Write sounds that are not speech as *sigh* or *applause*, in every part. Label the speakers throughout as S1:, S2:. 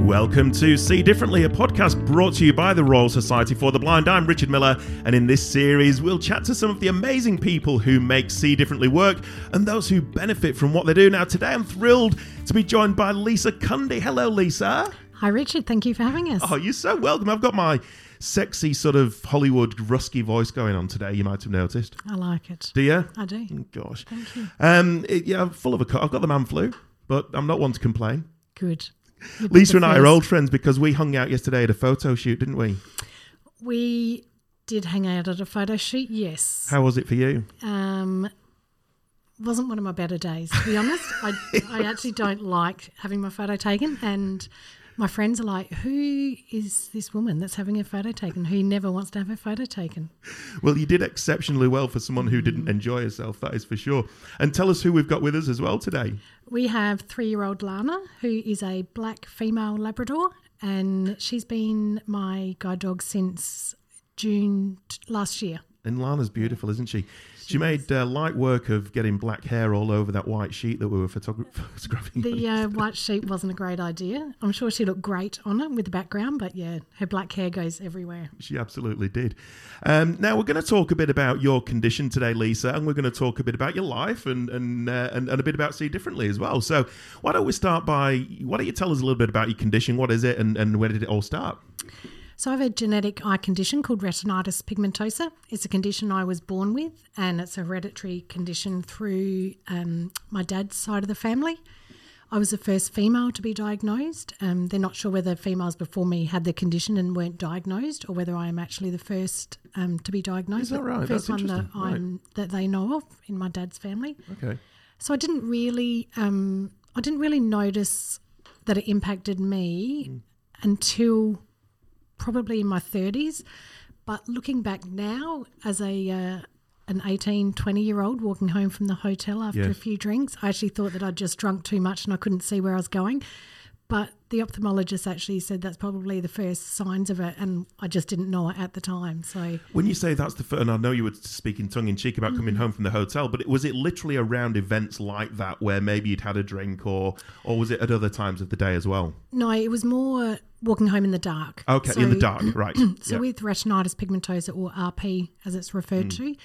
S1: Welcome to See Differently, a podcast brought to you by the Royal Society for the Blind. I'm Richard Miller, and in this series, we'll chat to some of the amazing people who make See Differently work and those who benefit from what they do. Now, today I'm thrilled to be joined by Lisa Cundy. Hello, Lisa.
S2: Hi, Richard. Thank you for having us.
S1: Oh, you're so welcome. I've got my sexy, sort of Hollywood rusky voice going on today, you might have noticed.
S2: I like it.
S1: Do you?
S2: I do.
S1: Gosh. Mm, Thank you. Um, it- yeah, I'm full of a cut. I've got the man flu, but I'm not one to complain.
S2: Good. You'd be
S1: Lisa and I are
S2: surprised.
S1: old friends because we hung out yesterday at a photo shoot, didn't we?
S2: We did hang out at a photo shoot. Yes.
S1: How was it for you?
S2: Um, wasn't one of my better days, to be *laughs* honest. I, I actually don't like having my photo taken, and my friends are like, "Who is this woman that's having her photo taken? Who never wants to have her photo taken?"
S1: Well, you did exceptionally well for someone who didn't enjoy herself, that is for sure. And tell us who we've got with us as well today.
S2: We have three-year-old Lana, who is a black female Labrador, and she's been my guide dog since June t- last year.
S1: And Lana's beautiful, isn't she? She, made uh, light work of getting black hair all over that white sheet that we were photogra- *laughs* photographing.
S2: The uh, white sheet wasn't a great idea. I'm sure she looked great on it with the background, but yeah, her black hair goes everywhere.
S1: She absolutely did. Um, now we're going to talk a bit about your condition today, Lisa, and we're going to talk a bit about your life and and, uh, and and a bit about see differently as well. So why don't we start by why don't you tell us a little bit about your condition? What is it, and and where did it all start?
S2: So I have a genetic eye condition called retinitis pigmentosa. It's a condition I was born with, and it's a hereditary condition through um, my dad's side of the family. I was the first female to be diagnosed. Um, they're not sure whether females before me had the condition and weren't diagnosed, or whether I am actually the first um, to be diagnosed.
S1: that
S2: but
S1: right?
S2: First
S1: That's
S2: one that
S1: interesting. Right.
S2: I'm that they know of in my dad's family.
S1: Okay.
S2: So I didn't really, um, I didn't really notice that it impacted me
S1: Mm.
S2: until probably in my 30s. But looking back now, as a uh, an 18, 20 year old walking home from the hotel after a
S1: Yes.
S2: few drinks, I actually thought that I'd just drunk too much and I couldn't see where I was going. But the ophthalmologist actually said that's probably the first signs of it, and I just didn't know it at the time. So
S1: When you say that's the first, and I know you were speaking tongue in cheek about
S2: Mm-hmm.
S1: coming home from the hotel, but it, was it literally around events like that where maybe you'd had a drink, or or was it at other times of the day as well?
S2: no, it was more walking home in the dark.
S1: Okay, in the
S2: So- *clears throat*
S1: dark, right?
S2: So
S1: Yeah. Mm.
S2: with retinitis pigmentosa or RP as it's referred to,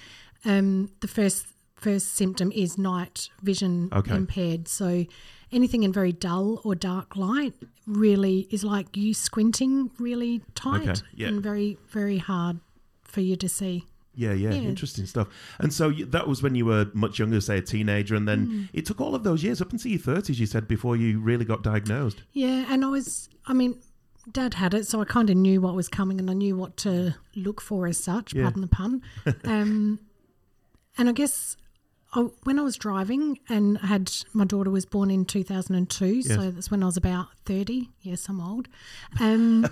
S2: um, the first first symptom is night vision
S1: Okay.
S2: impaired. So anything in very dull or dark light really is like you squinting really tight
S1: Okay, yeah.
S2: and very very hard for you to see.
S1: Yeah, yeah, interesting stuff. And so you, that was when you were much younger, say a teenager, and then
S2: Mm.
S1: it took all of those years up until your thirties. You said before you really got diagnosed.
S2: Yeah, and I was, I mean, Dad had it, so I kind of knew what was coming and I knew what to look for as such,
S1: Yeah.
S2: pardon the pun. um, and I guess I, when I was driving and I had my daughter was born in 2002, so that's when I was about 30. Yes, I'm old. Um,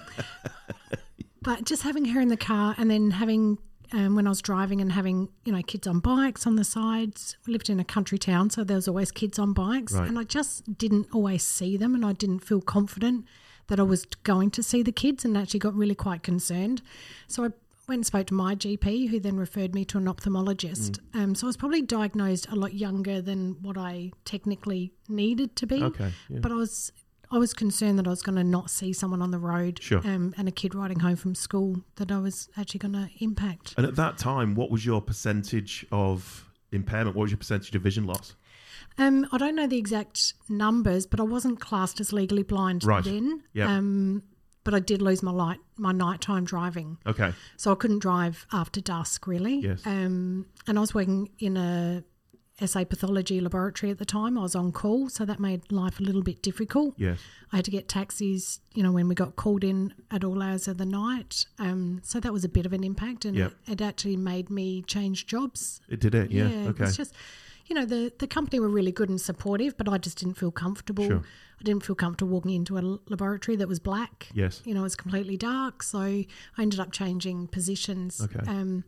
S2: but just having her in the car and then having um, when I was driving and having you know kids on bikes on the sides, we lived in a country town, so there was always kids on bikes,
S1: Right.
S2: and I just didn't always see them, and I didn't feel confident that I was going to see the kids, and actually got really quite concerned. So I went and spoke to my GP, who then referred me to an ophthalmologist.
S1: Mm.
S2: Um, so I was probably diagnosed a lot younger than what I technically needed to be,
S1: Okay, yeah.
S2: but I was. I was concerned that I was going to not see someone on the road
S1: Sure.
S2: um, and a kid riding home from school that I was actually going to impact.
S1: And at that time, what was your percentage of impairment? What was your percentage of vision loss?
S2: Um, I don't know the exact numbers, but I wasn't classed as legally blind
S1: Right.
S2: then.
S1: Yeah.
S2: Um, but I did lose my light, my nighttime driving,
S1: Okay.
S2: so I couldn't drive after dusk really.
S1: Yes.
S2: Um, and I was working in a SA pathology laboratory at the time. I was on call, so that made life a little bit difficult.
S1: Yes.
S2: I had to get taxis, you know, when we got called in at all hours of the night. Um, so that was a bit of an impact, and
S1: Yep.
S2: it, it actually made me change jobs.
S1: It did it. Yeah. okay.
S2: it's just, you know, the the company were really good and supportive, but I just didn't feel comfortable.
S1: Sure.
S2: I didn't feel comfortable walking into a l- laboratory that was black.
S1: Yes.
S2: you know, it was completely dark. So I ended up changing positions.
S1: Okay.
S2: Um,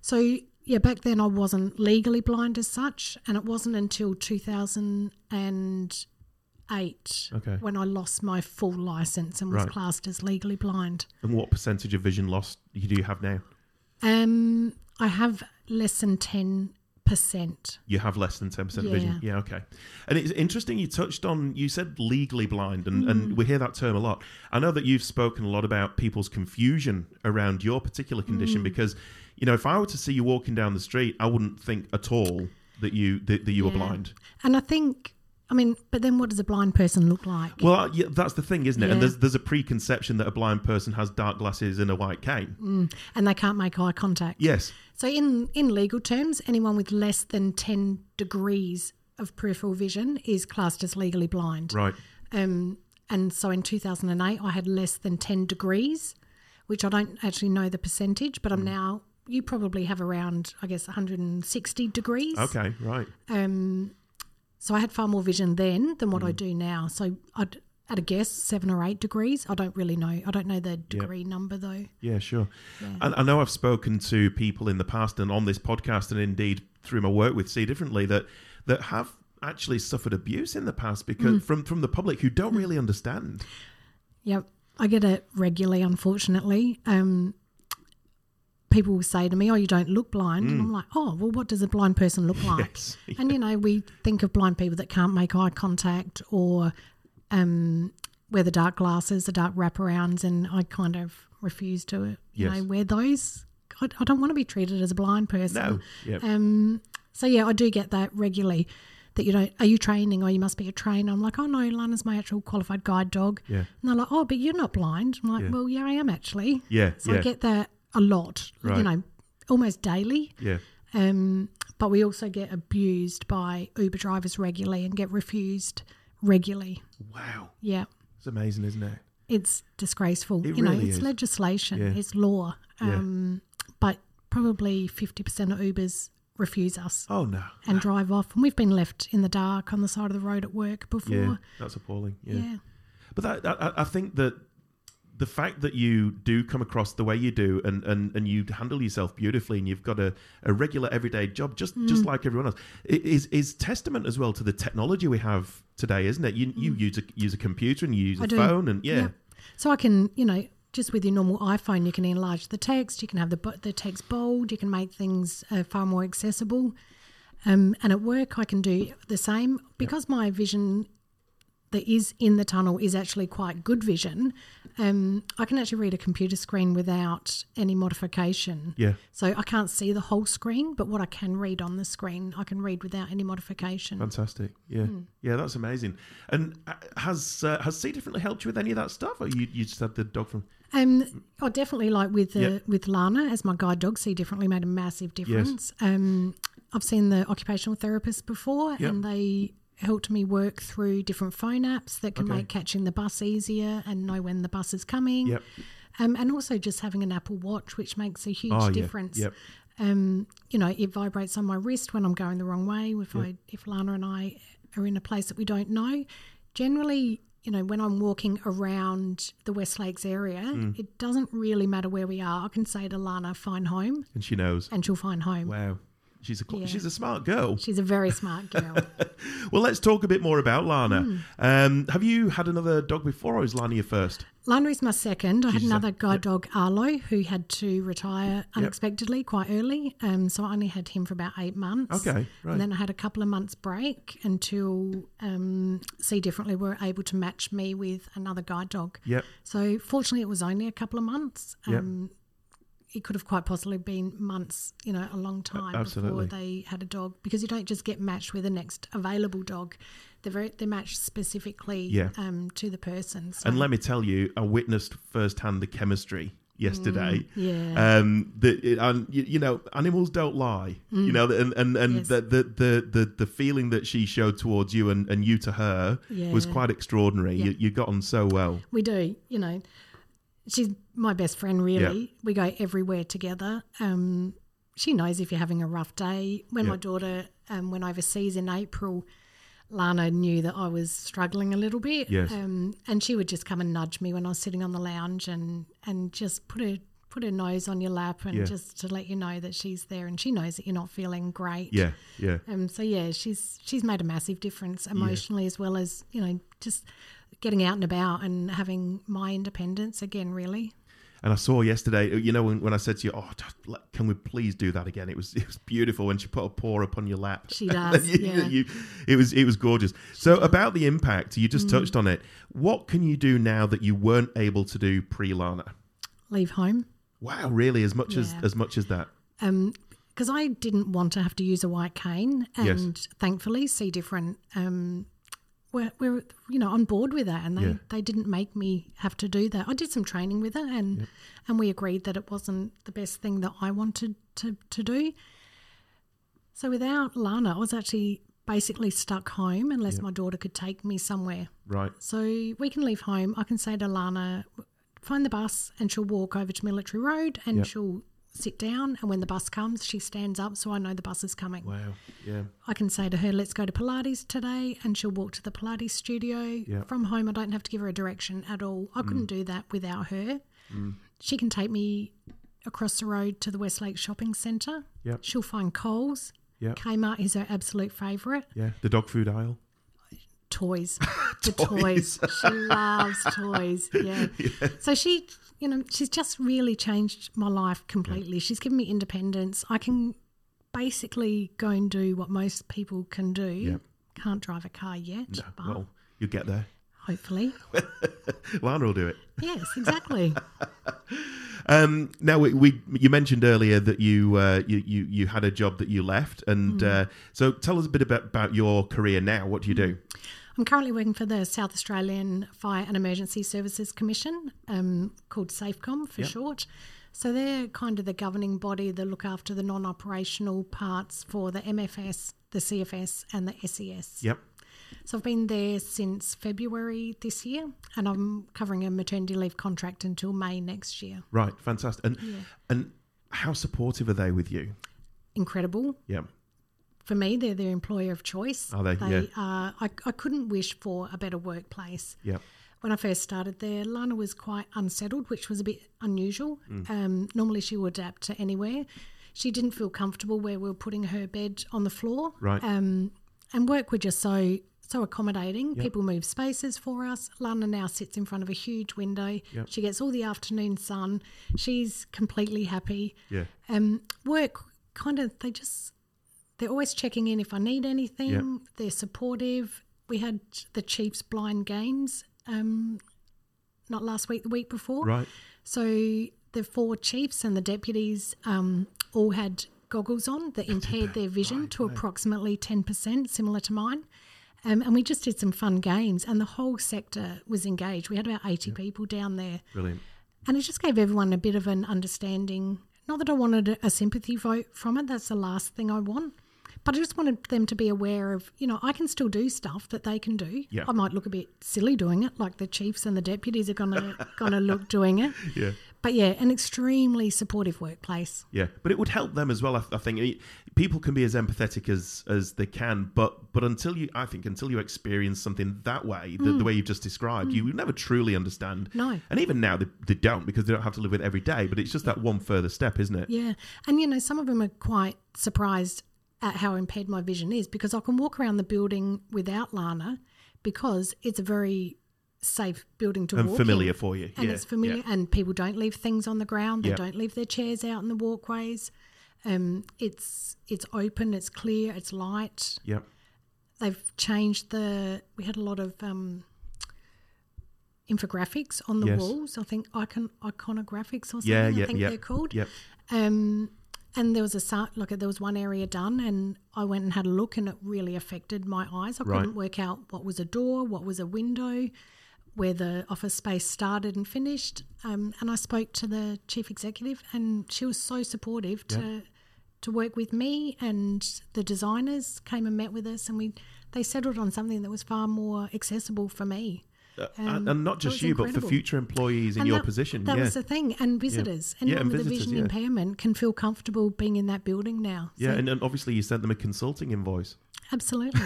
S2: so yeah, back then I wasn't legally blind as such, and it wasn't until two thousand and eight
S1: Okay.
S2: when I lost my full license and was
S1: Right.
S2: classed as legally blind.
S1: and what percentage of vision loss you do you have now?
S2: Um, I have less than ten percent.
S1: You have less than 10%
S2: Yeah.
S1: vision. Yeah, okay. And it's interesting you touched on, you said legally blind, and,
S2: Mm.
S1: and we hear that term a lot. I know that you've spoken a lot about people's confusion around your particular
S2: Mm.
S1: condition because, you know, if I were to see you walking down the street, I wouldn't think at all that you that, that you were
S2: Yeah.
S1: blind.
S2: And I think, I mean, but then what does a blind person look like?
S1: Well, I- yeah, that's the thing, isn't it? And
S2: Yeah.
S1: there's, there's a preconception that a blind person has dark glasses and a white cane.
S2: Mm. And they can't make eye contact.
S1: Yes.
S2: So in in legal terms, anyone with less than ten degrees of peripheral vision is classed as legally blind.
S1: Right.
S2: Um, and so in 2008, I had less than 10 degrees, which I don't actually know the percentage,
S1: Hmm.
S2: but I'm now, you probably have around, I guess, 160 degrees.
S1: Okay. Right.
S2: Um, so I had far more vision then than what I do now. So I'd, at a guess, seven or eight degrees. I don't really know. I don't know the degree number though.
S1: Yeah, sure. And I know I've spoken to people in the past and on this podcast, and indeed through my work with See Differently, that that have actually suffered abuse in the past because
S2: Mm.
S1: from from the public who don't really understand.
S2: Yep. I get it regularly, unfortunately. Um, people will say to me, Oh, you don't look blind. And I'm like, Oh, well, what does a blind
S1: *laughs*
S2: person look like?
S1: Hmm. Yes.
S2: And, you know, we think of blind people that can't make eye contact or um, wear the dark glasses, the dark wraparounds. And I kind of refuse to, you
S1: Yes.
S2: know, wear those. I, I don't want to be treated as a blind person.
S1: No. Yeah.
S2: Um, so yeah, I do get that regularly. That you don't are you training or you must be a trainer? I'm like, oh no, Lana's my actual qualified guide dog.
S1: Yeah.
S2: And they're like, oh, but you're not blind. I'm like,
S1: Yeah.
S2: well, yeah, I am actually.
S1: yeah.
S2: So
S1: yeah.
S2: I get that a lot.
S1: Right.
S2: You know, almost daily.
S1: yeah.
S2: Um, but we also get abused by Uber drivers regularly and get refused regularly.
S1: Wow.
S2: Yeah,
S1: It's amazing, isn't it?
S2: it's disgraceful.
S1: It
S2: you know,
S1: really
S2: it's
S1: is.
S2: legislation,
S1: Yeah.
S2: it's law.
S1: Yeah.
S2: Um, but probably fifty percent of Ubers refuse us
S1: Oh no.
S2: and drive off. And we've been left in the dark on the side of the road at work before.
S1: Yeah. That's appalling. yeah.
S2: Yeah.
S1: But that, I, I- I think that the fact that you do come across the way you do and, and, and you handle yourself beautifully and you've got a, a regular everyday job just,
S2: Hmm.
S1: just like everyone else i- is, is testament as well to the technology we have today, isn't it? You, you use, a, use a computer and you use a
S2: Hmm. I do.
S1: phone and yeah.
S2: Yep. So I can, you know, just with your normal iPhone, you can enlarge the text, you can have the, bo- the text bold, you can make things uh, far more accessible. Um, and at work, I can do the same because my vision that is in the tunnel is actually quite good vision. Um, I can actually read a computer screen without any modification.
S1: Yeah.
S2: So I can't see the whole screen, but what I can read on the screen, I can read without any modification.
S1: Fantastic. Yeah.
S2: Hmm.
S1: Yeah. That's amazing. And uh, has, uh, has See Differently helped you with any of that stuff or you, you just had the dog from,
S2: Um, oh, definitely. Like with uh,
S1: Yeah.
S2: with Lana as my guide dog, see differently made a massive difference. Um, I've seen the occupational therapist before,
S1: Yeah.
S2: and they helped me work through different phone apps that can
S1: Okay.
S2: make catching the bus easier and know when the bus is coming.
S1: Yep.
S2: Um, and also just having an Apple Watch, which makes a huge
S1: Oh, yeah.
S2: difference.
S1: Yep.
S2: Um, you know, it vibrates on my wrist when I'm going the wrong way. If I if Lana and I are in a place that we don't know, generally, you know, when I'm walking around the West Lakes area, it doesn't really matter where we are. I can say to Lana, "Find home,"
S1: and she knows.
S2: and she'll find home.
S1: Wow. She's a, cl-
S2: Yeah.
S1: she's a smart girl.
S2: She's a very smart girl.
S1: Well, let's talk a bit more about Lana.
S2: Hmm.
S1: Um, have you had another dog before, or is Lana your first?
S2: Lana is my second. I had another guide dog, Arlo, who had to retire unexpectedly quite early. Um, so I only had him for about eight months.
S1: Okay, right.
S2: And then I had a couple of months break until um, See Differently were able to match me with another guide dog.
S1: Yep.
S2: So fortunately, it was only a couple of months.
S1: Yep.
S2: Um, It could have quite possibly been months, you know, a long time
S1: absolutely.
S2: before they had a dog because you don't just get matched with the next available dog. They're very they're matched specifically
S1: Yeah.
S2: um, to the person. So
S1: And let me tell you, I witnessed firsthand the chemistry yesterday.
S2: Mm. yeah.
S1: Um, that it, and you, you know, animals don't lie. You know, and and and
S2: Mm. Yes.
S1: the, the the the the feeling that she showed towards you and and you to her was
S2: Yeah.
S1: quite extraordinary. You, you got on so well.
S2: We do, you know. She's my best friend, really. We go everywhere together. Um, she knows if you're having a rough day. When my daughter um, went overseas in April, Lana knew that I was struggling a little bit.
S1: Yes.
S2: Um, and she would just come and nudge me when I was sitting on the lounge and, and just put her put her nose on your lap and
S1: Yeah.
S2: just to let you know that she's there and she knows that you're not feeling great.
S1: Yeah, yeah,
S2: Um, so yeah, she's she's made a massive difference emotionally as well as you know just getting out and about and having my independence again. Really,
S1: And I saw yesterday, you know, when, when I said to you, "Oh, just let- can we please do that again?" It was *laughs* it was beautiful when she put a paw upon your lap. *laughs*
S2: She does,
S1: You-
S2: yeah.
S1: you- it was it was gorgeous. So about the impact, you
S2: Mm.
S1: just touched on it. What can you do now that you weren't able to do pre Lana?
S2: leave home.
S1: Wow, really? As much as
S2: Yeah.
S1: as much as that?
S2: because I didn't want to have to use a white cane,
S1: Yes.
S2: and thankfully, see different. Um, we're, we're you know on board with that, and they,
S1: Yeah.
S2: they didn't make me have to do that. I did some training with it, and and we agreed that it wasn't the best thing that I wanted to to do. So without Lana, I was actually basically stuck home unless my daughter could take me somewhere.
S1: Right?
S2: So we can leave home. I can say to Lana, find the bus and she'll walk over to Military Road and
S1: Yep.
S2: she'll sit down. And when the bus comes, she stands up so I know the bus is coming.
S1: Wow. Yeah.
S2: I can say to her, let's go to Pilates today. And she'll walk to the Pilates studio.
S1: Yep. Mm.
S2: From home, I don't have to give her a direction at all. I couldn't do that without her. She can take me across the road to the Westlake Shopping Centre.
S1: Yep.
S2: She'll find Coles.
S1: Yep.
S2: Kmart is her absolute favourite
S1: Yeah. The dog food aisle.
S2: *laughs* toys. The toys. She loves toys. *laughs* Yeah. So she, you know, she's just really changed my life completely. She's given me independence. I can basically go and do what most people can do. Can't drive a car yet, but
S1: Well, you get there.
S2: *laughs* hopefully.
S1: Lana will do it.
S2: Yes, exactly.
S1: Um, now we, we you mentioned earlier that you, uh, you you you had a job that you left, and uh, so tell us a bit about, about your career now. What do you do?
S2: I'm currently working for the South Australian Fire and Emergency Services Commission, um, called SAFECOM for short. So they're kind of the governing body that look after the non operational parts for the MFS, the CFS, and the SES.
S1: Yep.
S2: So I've been there since February this year, and I'm covering a maternity leave contract until May next year.
S1: Right. Fantastic. And and how supportive are they with you?
S2: Incredible.
S1: Yeah.
S2: for me, they're their employer of choice.
S1: Are Oh, they? Yeah.
S2: are- I, I couldn't wish for a better workplace.
S1: Yeah.
S2: When I first started there, Lana was quite unsettled, which was a bit unusual. Um, normally, she would adapt to anywhere. She didn't feel comfortable where we were putting her bed on the floor.
S1: Right.
S2: Um, and work were just so so accommodating. People move spaces for us. Lana now sits in front of a huge window. She gets all the afternoon sun. She's completely happy
S1: Yeah.
S2: um, work kind of they just they're always checking in if I need anything. They're supportive. We had the Chiefs blind games um, not last week, the week before.
S1: Right.
S2: So the four chiefs and the deputies um, all had goggles on that impaired their vision to approximately 10%, similar to mine. Um, and we just did some fun games, and the whole sector was engaged. We had about 80 people down there.
S1: Brilliant.
S2: And it just gave everyone a bit of an understanding. Not that I wanted a- a sympathy vote from it, that's the last thing I want. But I just wanted them to be aware of, you know, I can still do stuff that they can do.
S1: Yeah.
S2: I might look a bit silly doing it, like the chiefs and the deputies are gonna
S1: *laughs*
S2: gonna look doing it.
S1: Yeah.
S2: But yeah, an extremely supportive workplace.
S1: Yeah, but it would help them as well. I, I think I mean, people can be as empathetic as as they can, but but until you, I think, until you experience something that way, the, the way you've just described, you would never truly understand.
S2: Hmm. No.
S1: and even now they, they don't because they don't have to live with it every day. But it's just that one further step, isn't it?
S2: Yeah. And, you know, some of them are quite surprised at how impaired my vision is because I can walk around the building without Lana because it's a very safe building to
S1: and
S2: walk
S1: familiar
S2: in.
S1: for you.
S2: and
S1: yeah.
S2: it's familiar and people don't leave things on the ground they
S1: Yeah.
S2: don't leave their chairs out in the walkways um, it's it's open it's clear it's light
S1: Yeah.
S2: they've changed the we had a lot of um, infographics on the
S1: Yes.
S2: walls i think icon iconographics or something
S1: Yeah. Yeah. Yeah.
S2: i think
S1: yeah.
S2: they're called
S1: Yeah.
S2: um, and there was a sa- like there was one area done, and I went and had a look, and it really affected my eyes. I
S1: Right.
S2: couldn't work out what was a door, what was a window, where the office space started and finished. Um, and I spoke to the chief executive, and she was so supportive to to work with me. And the designers came and met with us, and we they settled on something that was far more accessible for me. Um,
S1: and, and not
S2: that
S1: just
S2: was
S1: you, but for
S2: incredible.
S1: future employees in
S2: And
S1: your
S2: that-
S1: position.
S2: That
S1: yeah.
S2: was the thing. And visitors,
S1: Yeah,
S2: anyone
S1: and
S2: with
S1: visitors,
S2: a vision
S1: yeah.
S2: impairment can feel comfortable being in that building now.
S1: yeah,
S2: So,
S1: and, and obviously you sent them a consulting invoice. *laughs*
S2: absolutely.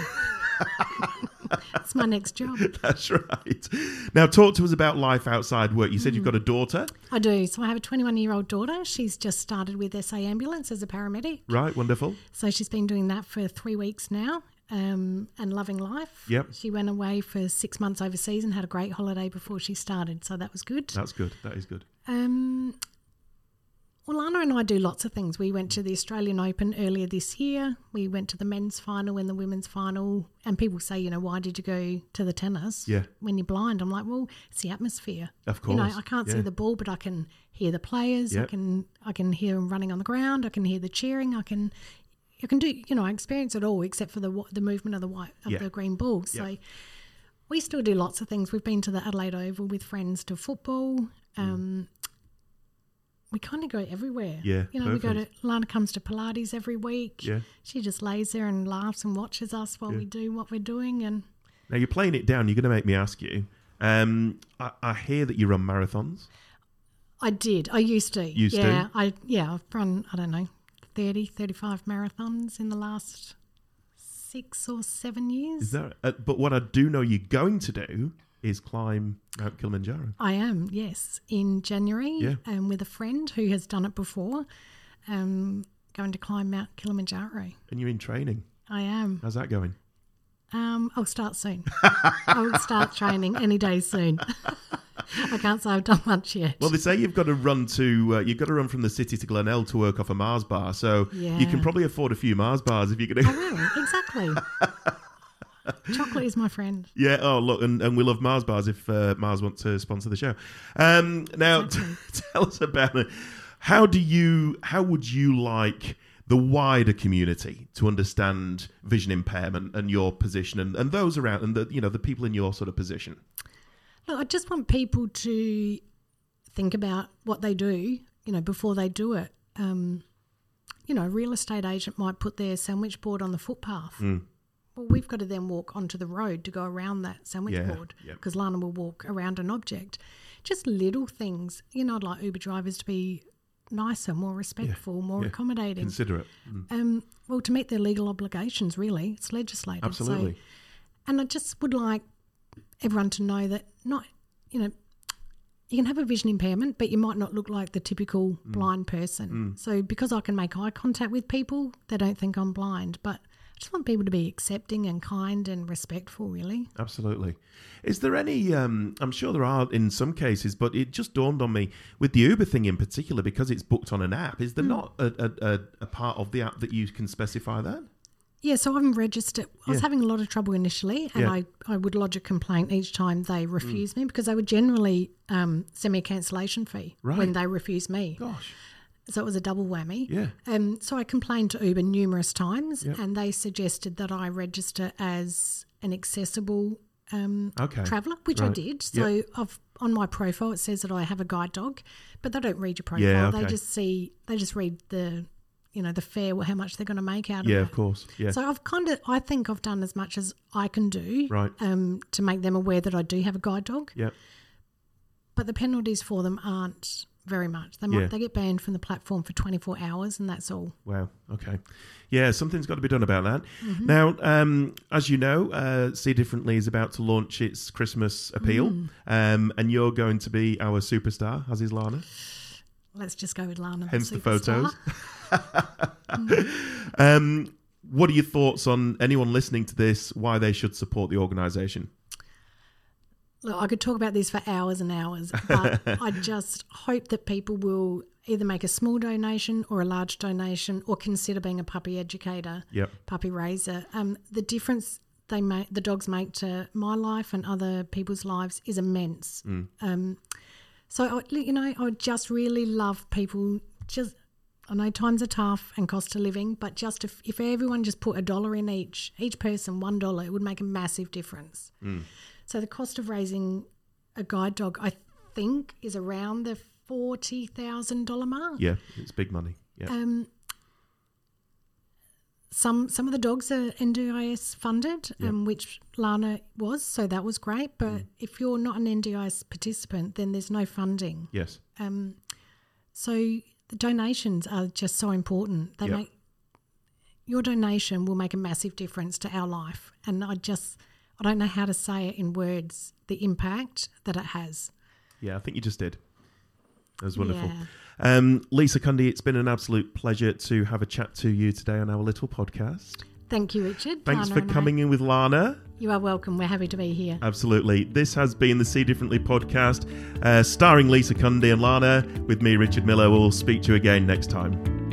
S2: it's my next job.
S1: That's right. Now talk to us about life outside work. You said
S2: Hmm.
S1: you've got a daughter,
S2: I do. So I have a 21 year old daughter. She's just started with SA Ambulance as a paramedic.
S1: right? Wonderful.
S2: So she's been doing that for three weeks now. um, and loving life.
S1: Yep.
S2: She went away for six months overseas and had a great holiday before she started. So that was good.
S1: That's good. That is good.
S2: Um, well, Lana and I do lots of things. We went to the Australian Open earlier this year. We went to the men's final and the women's final. And people say, you know, why did you go to the tennis
S1: Yeah.
S2: when you're blind? I'm like, well, it's the atmosphere.
S1: Of
S2: You know,
S1: course.
S2: I can't
S1: Yeah.
S2: see the ball, but I can hear the players. I
S1: Yep.
S2: can I can hear them running on the ground. I can hear the cheering. I can you can do you know I experience it all except for the wa- the movement of the white of
S1: Yeah.
S2: the green ball. So
S1: Yeah.
S2: we still do lots of things. We've been to the Adelaide Oval with friends to football.
S1: Mm.
S2: Um, We kind of go everywhere.
S1: Yeah,
S2: you know we go to
S1: perfect.
S2: Lana comes to Pilates every week.
S1: Yeah.
S2: she just lays there and laughs and watches us while we do what we're doing and.
S1: Now you're playing it down. You're going to make me ask you. Um, I, I hear that you run marathons.
S2: I did. I used to.
S1: Used to?
S2: yeah, I yeah, I've run, I don't know, 30, 35 marathons in the last 6 or 7
S1: Is
S2: years.
S1: that? Uh, but what I do know you're going to do is climb Mount Kilimanjaro.
S2: I am, yes, in January
S1: Yeah.
S2: um, with a friend who has done it before. Um going to climb Mount Kilimanjaro.
S1: and you're in training.
S2: I am.
S1: How's that going?
S2: Um, I'll start
S1: *laughs*
S2: soon. I'll start training any day soon. *laughs* I can't say I've done much yet.
S1: Well, they say you've got to run to uh, you've got to run from the city to Glenelg to work off a Mars bar, so you can
S2: Yeah.
S1: probably afford a few Mars bars if you're *laughs* going to.
S2: Well, exactly.
S1: *laughs*
S2: Chocolate is my friend.
S1: yeah. Oh, look, and, and we love Mars bars if uh, Mars want to sponsor the show. Um, now, *laughs* tell us about it. How do you? How would you like? The wider community to understand vision impairment and your position, and, and those around, and the you know the people in your sort of position.
S2: Look, I just want people to think about what they do, you know, before they do it. Um, you know, a real estate agent might put their sandwich board on the footpath.
S1: Mm.
S2: Well, we've got to then walk onto the road to go around that sandwich
S1: Yeah,
S2: board
S1: yep.
S2: because Lana will walk around an object. Just little things. You know, I'd like Uber drivers to be nicer, more respectful, more
S1: yeah. Mm.
S2: accommodating.
S1: Consider it
S2: Um, well, to meet their legal obligations, really, it's legislated. So-
S1: absolutely.
S2: and I just would like everyone to know that not, you know, you can have a vision impairment, but you might not look like the typical
S1: Mm.
S2: blind person. So because I can make eye contact with people, they don't think I'm blind. But I just want people to be accepting and kind and respectful, really.
S1: Absolutely. Is there any? Um, I'm sure there are in some cases, but it just dawned on me with the Uber thing in particular because it's booked on an app. Is there not a, a, a, a part of the app that you can specify that?
S2: Yeah, so I'm registered. I was having a lot of trouble initially, and
S1: Yeah. Mm.
S2: I, I would lodge a complaint each time they refused me because they would generally um, send me a cancellation fee
S1: Right.
S2: when they refused me.
S1: Gosh.
S2: So it was a double whammy.
S1: Yeah.
S2: Um, so I complained to Uber numerous times, and they suggested that I register as an accessible um,
S1: Okay.
S2: traveller, which I
S1: Right.
S2: did. So I've, on my profile, it says that I have a guide dog, but they don't read your profile.
S1: Yeah,
S2: They
S1: okay.
S2: just see, they just read the, you know, the fare, how much they're going to make out
S1: Yeah,
S2: of it.
S1: of course. Yeah.
S2: So I've kind of, I think I've done as much as I can do
S1: Right.
S2: um, to make them aware that I do have a guide dog
S1: yeah.
S2: but the penalties for them aren't very much. They might
S1: Yeah.
S2: they get banned from the platform for 24 hours, and that's all.
S1: Wow. Okay. Yeah, something's got to be done about that. Now, um, as you know, uh, See Differently is about to launch its Christmas appeal, um, and you're going to be our superstar, as is Lana.
S2: Let's just go with Lana.
S1: Hence the
S2: superstar.
S1: photos. *laughs* Um, what are your thoughts on anyone listening to this? Why they should support the organisation?
S2: Look, I could talk about this for hours and hours,
S1: *laughs*
S2: but I just hope that people will either make a small donation or a large donation, or consider being a puppy educator,
S1: Yep.
S2: puppy raiser. Um, the difference they make, the dogs make to my life and other people's lives is immense. Um, So I, you know, I just really love people. Just I know times are tough and cost of living, but just if, if everyone just put a dollar in each, each person one dollar, it would make a massive difference. So the cost of raising a guide dog, I think, is around the forty thousand dollar mark.
S1: Yeah, it's big money. Yeah.
S2: Um, some some of the dogs are NDIS funded, um, which Lana was, so that was great. But
S1: Mm.
S2: if you're not an NDIS participant, then there's no funding.
S1: yes.
S2: Um, so the donations are just so important. They
S1: Yep.
S2: make your donation will make a massive difference to our life, and I just I don't know how to say it in words the impact that it has.
S1: Yeah, I think you just did. That was wonderful.
S2: Yeah.
S1: Um, Lisa Cundy, it's been an absolute pleasure to have a chat to you today on our little podcast.
S2: Thank you, Richard.
S1: Thanks
S2: Lana
S1: for
S2: and I.
S1: coming in with Lana.
S2: You are welcome. We're happy to be here.
S1: Absolutely. This has been the See Differently podcast, uh, starring Lisa Cundy and Lana. With me, Richard Miller. We'll speak to you again next time.